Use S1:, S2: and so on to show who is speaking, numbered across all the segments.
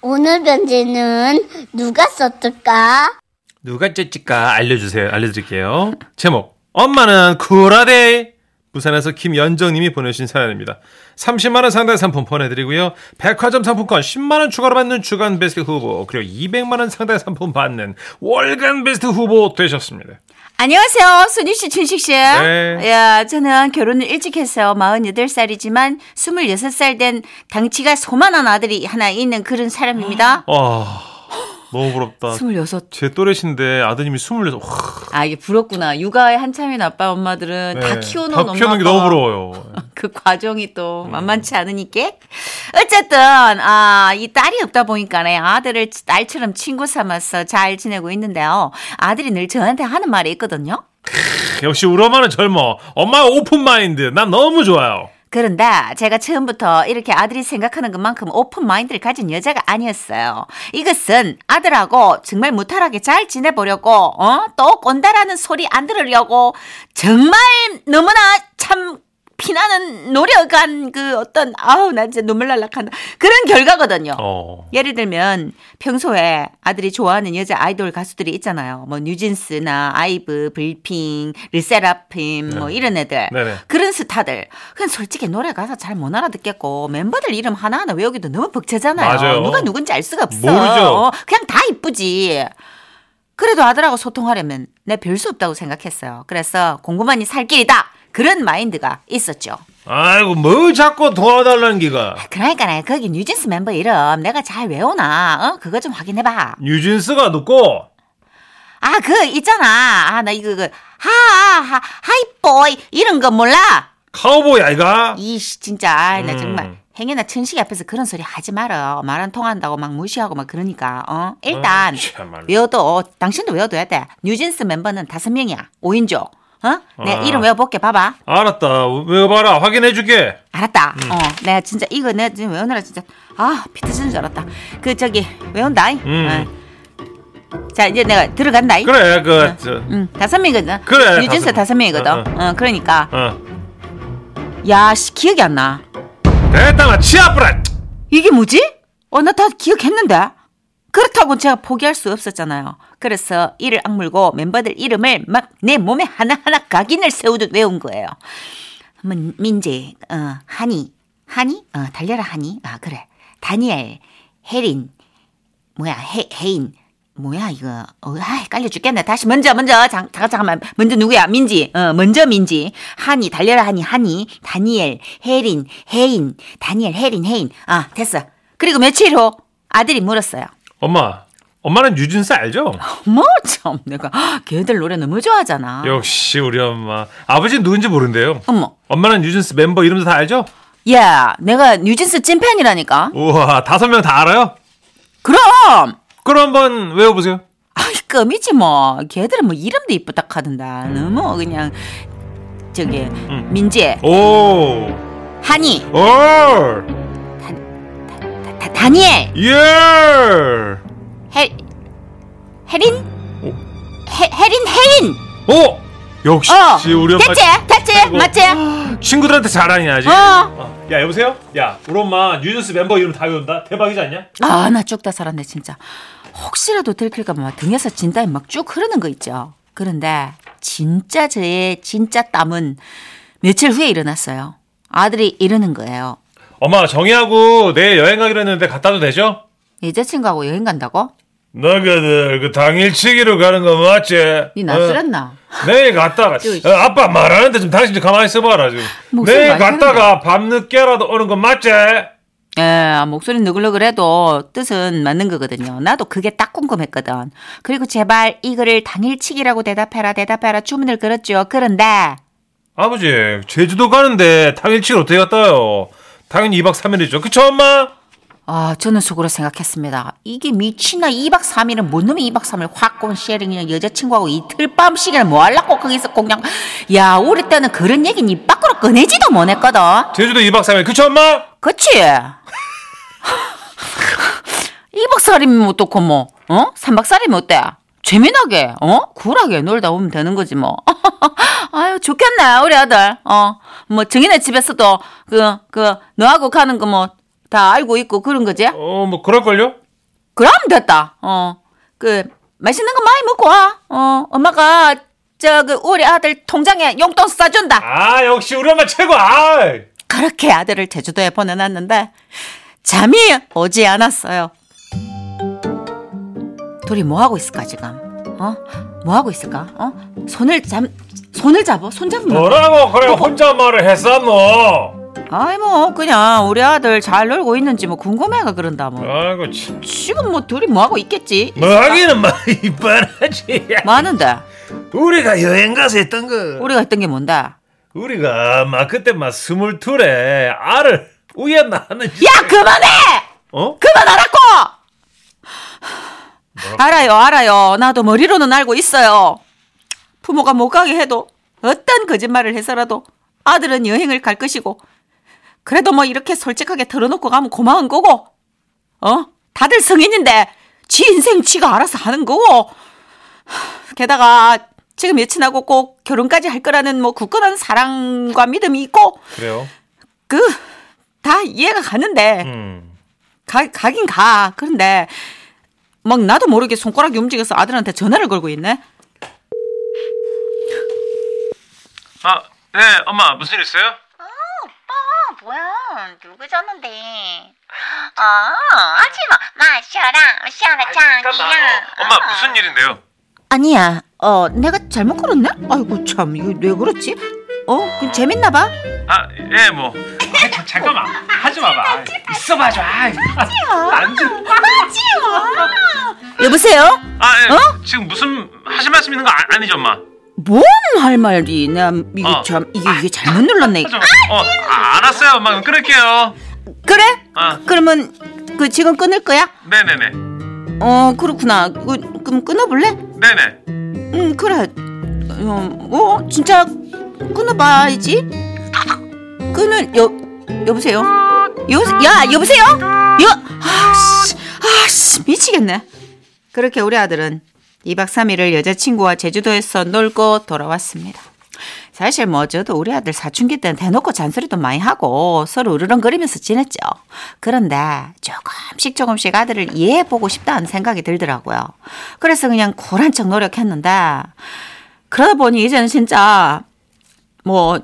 S1: 오늘 편지는 누가 썼을까?
S2: 누가 째찔까 알려주세요. 알려드릴게요. 제목 엄마는 쿨하대 부산에서 김연정님이 보내주신 사연입니다. 30만 원 상당의 상품 보내드리고요. 백화점 상품권 10만 원 추가로 받는 주간 베스트 후보 그리고 200만 원 상당의 상품 받는 월간 베스트 후보 되셨습니다.
S3: 안녕하세요. 순희 씨, 준식 씨.
S2: 네.
S3: 야, 저는 결혼을 일찍 해서 48살이지만 26살 된 당치가 소만한 아들이 하나 있는 그런 사람입니다.
S2: 아 너무 부럽다.
S3: 26.
S2: 제 또래신데 아드님이 26. 와,
S3: 아, 이게 부럽구나. 육아에 한참인 아빠 엄마들은
S2: 네.
S3: 다 키워놓은
S2: 다
S3: 엄마
S2: 키우는 게
S3: 아빠가
S2: 너무 부러워요. 음.
S3: 그 과정이 또 만만치 않으니까. 어쨌든, 아, 이 딸이 없다 보니까 네, 아들을 딸처럼 친구 삼아서 잘 지내고 있는데요. 아들이 늘 저한테 하는 말이 있거든요.
S2: 역시 우리 엄마는 젊어. 엄마 오픈 마인드. 난 너무 좋아요.
S3: 그런데 제가 처음부터 이렇게 아들이 생각하는 것만큼 오픈 마인드를 가진 여자가 아니었어요. 이것은 아들하고 정말 무탈하게 잘 지내보려고, 어? 또 꼰다라는 소리 안 들으려고 정말 너무나 참 피나는 노력한 그 어떤, 아우, 나 진짜 눈물 날락한다. 그런 결과거든요.
S2: 어.
S3: 예를 들면 평소에 아들이 좋아하는 여자 아이돌 가수들이 있잖아요. 뭐 뉴진스나 아이브, 블핑, 르세라핌 뭐 이런 애들.
S2: 네네.
S3: 그런 스타들. 그건 솔직히 노래 가사 잘 못 알아듣겠고 멤버들 이름 하나하나 외우기도 너무 벅차잖아요.
S2: 맞아요.
S3: 누가 누군지 알 수가 없어.
S2: 모르죠.
S3: 그냥 다 이쁘지. 그래도 아들하고 소통하려면 내 별 수 없다고 생각했어요. 그래서 공부만이 살 길이다. 그런 마인드가 있었죠.
S2: 아이고 뭐 자꾸 도와달라는 기가.
S3: 그러니까 거기 뉴진스 멤버 이름 내가 잘 외우나? 어? 그거 좀 확인해봐.
S2: 뉴진스가 높고
S3: 아, 그, 있잖아. 아, 나 이거, 그, 하, 하, 하, 하이보이. 이런 거 몰라?
S2: 카우보이 아이가.
S3: 이씨, 진짜. 아이, 나
S2: 음.
S3: 정말. 행여나 천식이 앞에서 그런 소리 하지 말어. 말 안 통한다고 막 무시하고 막 그러니까, 어? 일단,
S2: 아, 참말로.
S3: 외워도, 당신도 외워둬야 돼. 뉴진스 멤버는 다섯 명이야. 오인조 어? 내가
S2: 아.
S3: 이름 외워볼게. 봐봐.
S2: 알았다. 외워봐라. 확인해줄게.
S3: 알았다.
S2: 음.
S3: 어, 내가 진짜 이거 내가 지금 외우느라 진짜 아 비틀지는 줄 알았다. 그 저기 외운다잉. 네.
S2: 음.
S3: 어. 자 이제 내가 들어간다잉.
S2: 그래 그.
S3: 아.
S2: 저,
S3: 응, 다섯 명이거든.
S2: 그래,
S3: 유진수 다섯
S2: 다섯 명.
S3: 명이거든. 어,
S2: 어,
S3: 그러니까
S2: 어.
S3: 야, 씨 기억이 안 나.
S2: 됐다 마 치아프라.
S3: 이게 뭐지? 어, 나 다 기억했는데. 그렇다고 제가 포기할 수 없었잖아요. 그래서 이를 악물고 멤버들 이름을 막 내 몸에 하나하나 각인을 세우듯 외운 거예요. 뭐, 민지, 어, 하니, 하니, 어, 달려라 하니, 아 그래, 다니엘, 혜린, 뭐야, 해, 혜인, 뭐야 이거, 어, 아 헷갈려 죽겠네. 다시 먼저 먼저 잠, 잠깐 잠깐만, 먼저 누구야? 민지, 어, 먼저 민지, 하니, 달려라 하니, 하니, 다니엘, 혜린, 혜인, 다니엘, 혜린, 혜인, 아 됐어. 그리고 며칠 후 아들이 물었어요.
S2: 엄마. 엄마는 뉴진스 알죠?
S3: 어머 참 내가 아, 걔들 노래 너무 좋아하잖아.
S2: 역시 우리 엄마. 아버지 누군지 모른대요.
S3: 어머,
S2: 엄마는 뉴진스 멤버 이름도 다 알죠?
S3: 야, 내가 뉴진스 찐팬이라니까.
S2: 우와 다섯 명 다 알아요?
S3: 그럼.
S2: 그럼 한번 외워보세요.
S3: 아이 껌이지 뭐 걔들은 뭐 이름도 이쁘다 하던다 너무 그냥 저기 민지
S2: 오.
S3: 하니
S2: 얼.
S3: 다, 다니엘
S2: 예.
S3: 해, 혜린 해, 혜린 혜인
S2: 오. 역시
S3: 어
S2: 우리 엄마.
S3: 됐지 됐지
S2: 아이고.
S3: 맞지
S2: 친구들한테 잘하냐 아직.
S3: 어.
S2: 어. 야 여보세요? 야 우리 엄마 뉴진스 멤버 이름 다 외운다. 대박이지 않냐?
S3: 아 나 쭉 다 살았네 진짜 혹시라도 들킬까봐 막 등에서 진땀이 막 쭉 흐르는 거 있죠 그런데 진짜 저의 진짜 땀은 며칠 후에 일어났어요 아들이 이러는 거예요
S2: 엄마 정희하고 내일 여행 가기로 했는데 갔다도 되죠?
S3: 여자친구하고 여행 간다고?
S2: 너희들 그 당일치기로 가는 거 맞지?
S3: 니 납술했나?
S2: 어, 내일 갔다가 어, 아빠 말하는데 좀 당신 좀 가만히 있어봐라 지금.
S3: 목소리
S2: 내일
S3: 많이
S2: 갔다가 밤늦게라도 오는 거 맞지?
S3: 예, 목소리 느글느글해도 뜻은 맞는 거거든요. 나도 그게 딱 궁금했거든. 그리고 제발 이 글을 당일치기라고 대답해라, 대답해라 주문을 걸었죠. 그런데
S2: 아버지 제주도 가는데 당일치기로 어떻게 갔다요? 당연히 2박 3일이죠. 그쵸 엄마?
S3: 아, 저는 속으로 생각했습니다. 이게 미친나 2박 3일은 못 놈이 2박 3일 확꼰 시에는 그냥 여자친구하고 이틀 밤 시간 뭐 하려고 거기서 그냥 야, 우리 때는 그런 얘기는 입 밖으로 꺼내지도 못했거든.
S2: 제주도 2박 3일 그쵸 엄마?
S3: 그치? 2박 4일이면 어떻고 뭐, 어? 3박 4일이면 어때? 재미나게, 어? 굴하게 놀다 오면 되는 거지 뭐. 아유, 좋겠네, 우리 아들. 어, 뭐, 정인의 집에서도 그, 그, 너하고 가는 거 뭐, 다 알고 있고 그런 거지?
S2: 어 뭐 그럴걸요?
S3: 그럼 됐다. 어. 그, 맛있는 거 많이 먹고 와. 어, 엄마가, 저, 그, 우리 아들 통장에 용돈 싸준다.
S2: 아 역시 우리 엄마 최고. 아.
S3: 그렇게 아들을 제주도에 보내놨는데 잠이 오지 않았어요. 둘이 뭐 하고 있을까 지금? 어? 뭐 하고 있을까? 어? 손을 잡 손을 잡어? 손 잡으면
S2: 뭐라고 그래 혼자 말을 뭐. 했었노.
S3: 아이 뭐 그냥 우리 아들 잘 놀고 있는지 뭐 궁금해가 그런다 뭐
S2: 아이고 참.
S3: 지금 뭐 둘이 뭐 하고 있겠지?
S2: 어? 뭐 하기는 막 이빨하지.
S3: 뭐 하는데?
S2: 우리가 여행 가서 했던 거.
S3: 우리가 했던 게 뭔데?
S2: 우리가 막 그때 막 스물둘에 알을 우연나 하는 짓.
S3: 야 그만해!
S2: 어?
S3: 그만하라고! 알아요, 알아요. 나도 머리로는 알고 있어요. 부모가 못 가게 해도 어떤 거짓말을 해서라도 아들은 여행을 갈 것이고 그래도 뭐 이렇게 솔직하게 털어놓고 가면 고마운 거고 어? 다들 성인인데 지 인생 지가 알아서 하는 거고 하, 게다가 지금 예친하고 꼭 결혼까지 할 거라는 뭐 굳건한 사랑과 믿음이 있고
S2: 그래요.
S3: 그 다 이해가 가는데
S2: 음.
S3: 가, 가긴 가. 그런데 막 나도 모르게 손가락이 움직여서 아들한테 전화를 걸고 있네.
S2: 아, 네, 엄마 무슨 일 있어요?
S4: 아, 뭐야 누구 잤는데 아 하지마 마셔라 마셔라 장기야
S2: 아. 일인데요?
S3: 아니야. 어, 내가 잘못 걸었네? 아이고 참, 이거 왜 그렇지? 어, 그 재밌나 봐.
S2: 아, 예, 뭐. 아, 잠깐만. 하지 마봐. 있어봐 줘. 아, 안 돼.
S3: 여보세요?
S2: 아, 예. 지금 무슨 하실 말씀 있는 거 아, 아니죠, 엄마?
S3: 뭔 할 말이? 나 이게
S2: 어.
S3: 참 이게 이게 잘못 눌렀네.
S2: 하지 마. 어, 아, 알았어요, 엄마. 그럼 끊을게요.
S3: 그래?
S2: 아,
S3: 그러면 그 지금 끊을 거야?
S2: 네, 네, 네.
S3: 어, 그렇구나. 그, 그럼 끊어볼래?
S2: 네, 네.
S3: 응, 그래. 어, 어 진짜 끊어봐야지. 끊을 여 여보세요. 여, 야 여보세요. 여 아씨 아씨 미치겠네. 그렇게 우리 아들은 2박 3일을 여자친구와 제주도에서 놀고 돌아왔습니다. 사실 뭐 저도 우리 아들 사춘기 때는 대놓고 잔소리도 많이 하고 서로 으르렁거리면서 지냈죠. 그런데 조금씩 조금씩 아들을 예, 이해해보고 싶다는 생각이 들더라고요. 그래서 그냥 고란 척 노력했는데 그러다 보니 이제는 진짜 뭐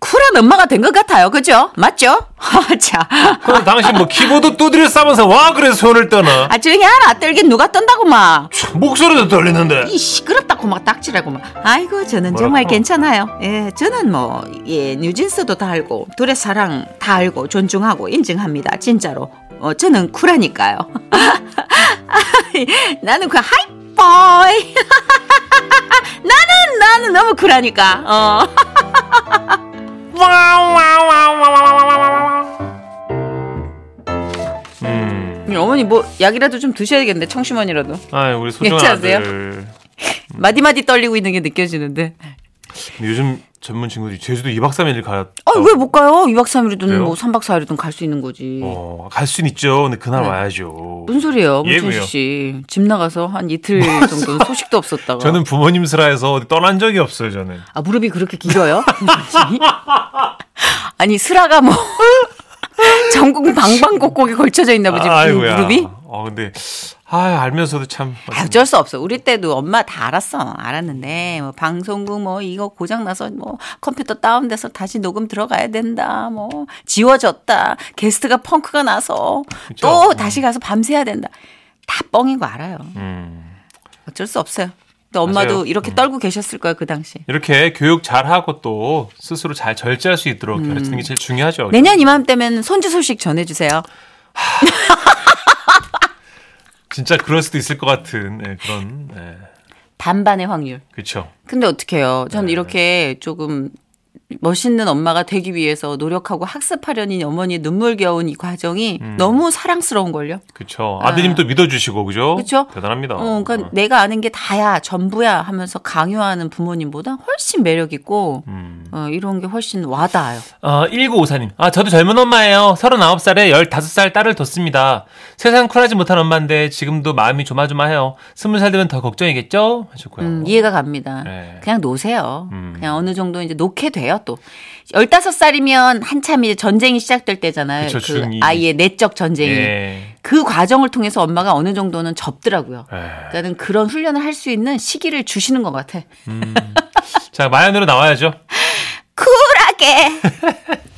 S3: 쿨한 엄마가 된 것 같아요. 그죠? 맞죠? 자,
S2: 그럼 당신 뭐 키보드 두드려 싸면서 와 그래서 손을 떠나.
S3: 아 조용히 하라. 떨긴 누가 떤다고 막.
S2: 목소리도 떨리는데.
S3: 이 시끄럽다고 막 딱지라고 막. 아이고 저는
S2: 뭐라고?
S3: 정말 괜찮아요. 예, 저는 뭐예 뉴진스도 다 알고 둘의 사랑 다 알고 존중하고 인증합니다. 진짜로. 어 저는 쿨하니까요. 나는 그 하이보이. 나는 나는 너무 쿨하니까. 어.
S2: 음.
S3: 어머니 뭐 약이라도 좀 드셔야겠는데 청심환이라도
S2: 아, 우리 소중한
S3: 괜찮으세요?
S2: 아들.
S3: 마디마디 떨리고 있는 게 느껴지는데.
S2: 어. 요즘 전문 친구들이 제주도 2박 3일 가.
S3: 어, 아왜 못 가요? 2박 3일이든
S2: 그래요?
S3: 뭐 3박 4일이든 갈 수 있는 거지.
S2: 어, 갈 순 있죠. 근데 그날
S3: 네.
S2: 와야죠.
S3: 무슨 소리예요,
S2: 예,
S3: 문천식
S2: 왜요?
S3: 씨? 집 나가서 한 이틀 정도 는 소식도 없었다가.
S2: 저는 부모님 슬하에서 어디 떠난 적이 없어요, 저는.
S3: 아 무릎이 그렇게 길어요? 아니 슬아가 뭐 전국 방방곡곡에 걸쳐져 있나 보지 그
S2: 아이고야.
S3: 무릎이?
S2: 어, 근데 아, 알면서도 참.
S3: 아, 어쩔 수 없어. 우리 때도 엄마 다 알았어. 알았는데 뭐 방송국 뭐 이거 고장 나서 뭐 컴퓨터 다운돼서 다시 녹음 들어가야 된다. 뭐 지워졌다. 게스트가 펑크가 나서
S2: 그쵸.
S3: 또 다시 가서 밤새야 된다. 다 뻥인 거 알아요.
S2: 음.
S3: 어쩔 수 없어요. 근데 엄마도
S2: 맞아요. 음.
S3: 이렇게 떨고 계셨을 거예요 그 당시.
S2: 이렇게 교육 잘하고 또 스스로 잘 절제할 수 있도록
S3: 음.
S2: 가르치는 게 제일 중요하죠.
S3: 내년 이맘때면 손주 소식 전해주세요.
S2: 진짜 그럴 수도 있을 것 같은 예, 그런 예,
S3: 반반의 확률.
S2: 그렇죠.
S3: 근데 어떡해요. 전
S2: 네.
S3: 이렇게 조금 멋있는 엄마가 되기 위해서 노력하고 학습하려니 어머니의 눈물겨운 이 과정이
S2: 음.
S3: 너무 사랑스러운걸요.
S2: 그렇죠. 아드님 도 믿어주시고 그죠?
S3: 그쵸?
S2: 대단합니다.
S3: 어, 그러니까
S2: 어.
S3: 내가 아는 게 다야, 전부야 하면서 강요하는 부모님보다 훨씬 매력있고,
S2: 음.
S3: 어, 이런 게 훨씬 와닿아요.
S2: 어, 1954님. 아, 저도 젊은 엄마예요. 39살에 15살 딸을 뒀습니다. 세상 쿨하지 못한 엄마인데 지금도 마음이 조마조마해요. 20살 되면 더 걱정이겠죠? 하셨고요.
S3: 음, 이해가 갑니다.
S2: 네.
S3: 그냥 노세요.
S2: 음.
S3: 그냥 어느 정도 이제 놓게 돼요, 또. 15살이면 한참 이제 전쟁이 시작될 때잖아요.
S2: 그쵸, 중이.
S3: 아이의 내적 전쟁이.
S2: 예.
S3: 그 과정을 통해서 엄마가 어느 정도는 접더라고요.
S2: 에.
S3: 그러니까는 그런 훈련을 할 수 있는 시기를 주시는 것 같아.
S2: 자, 마연으로 나와야죠.
S3: 쿨하게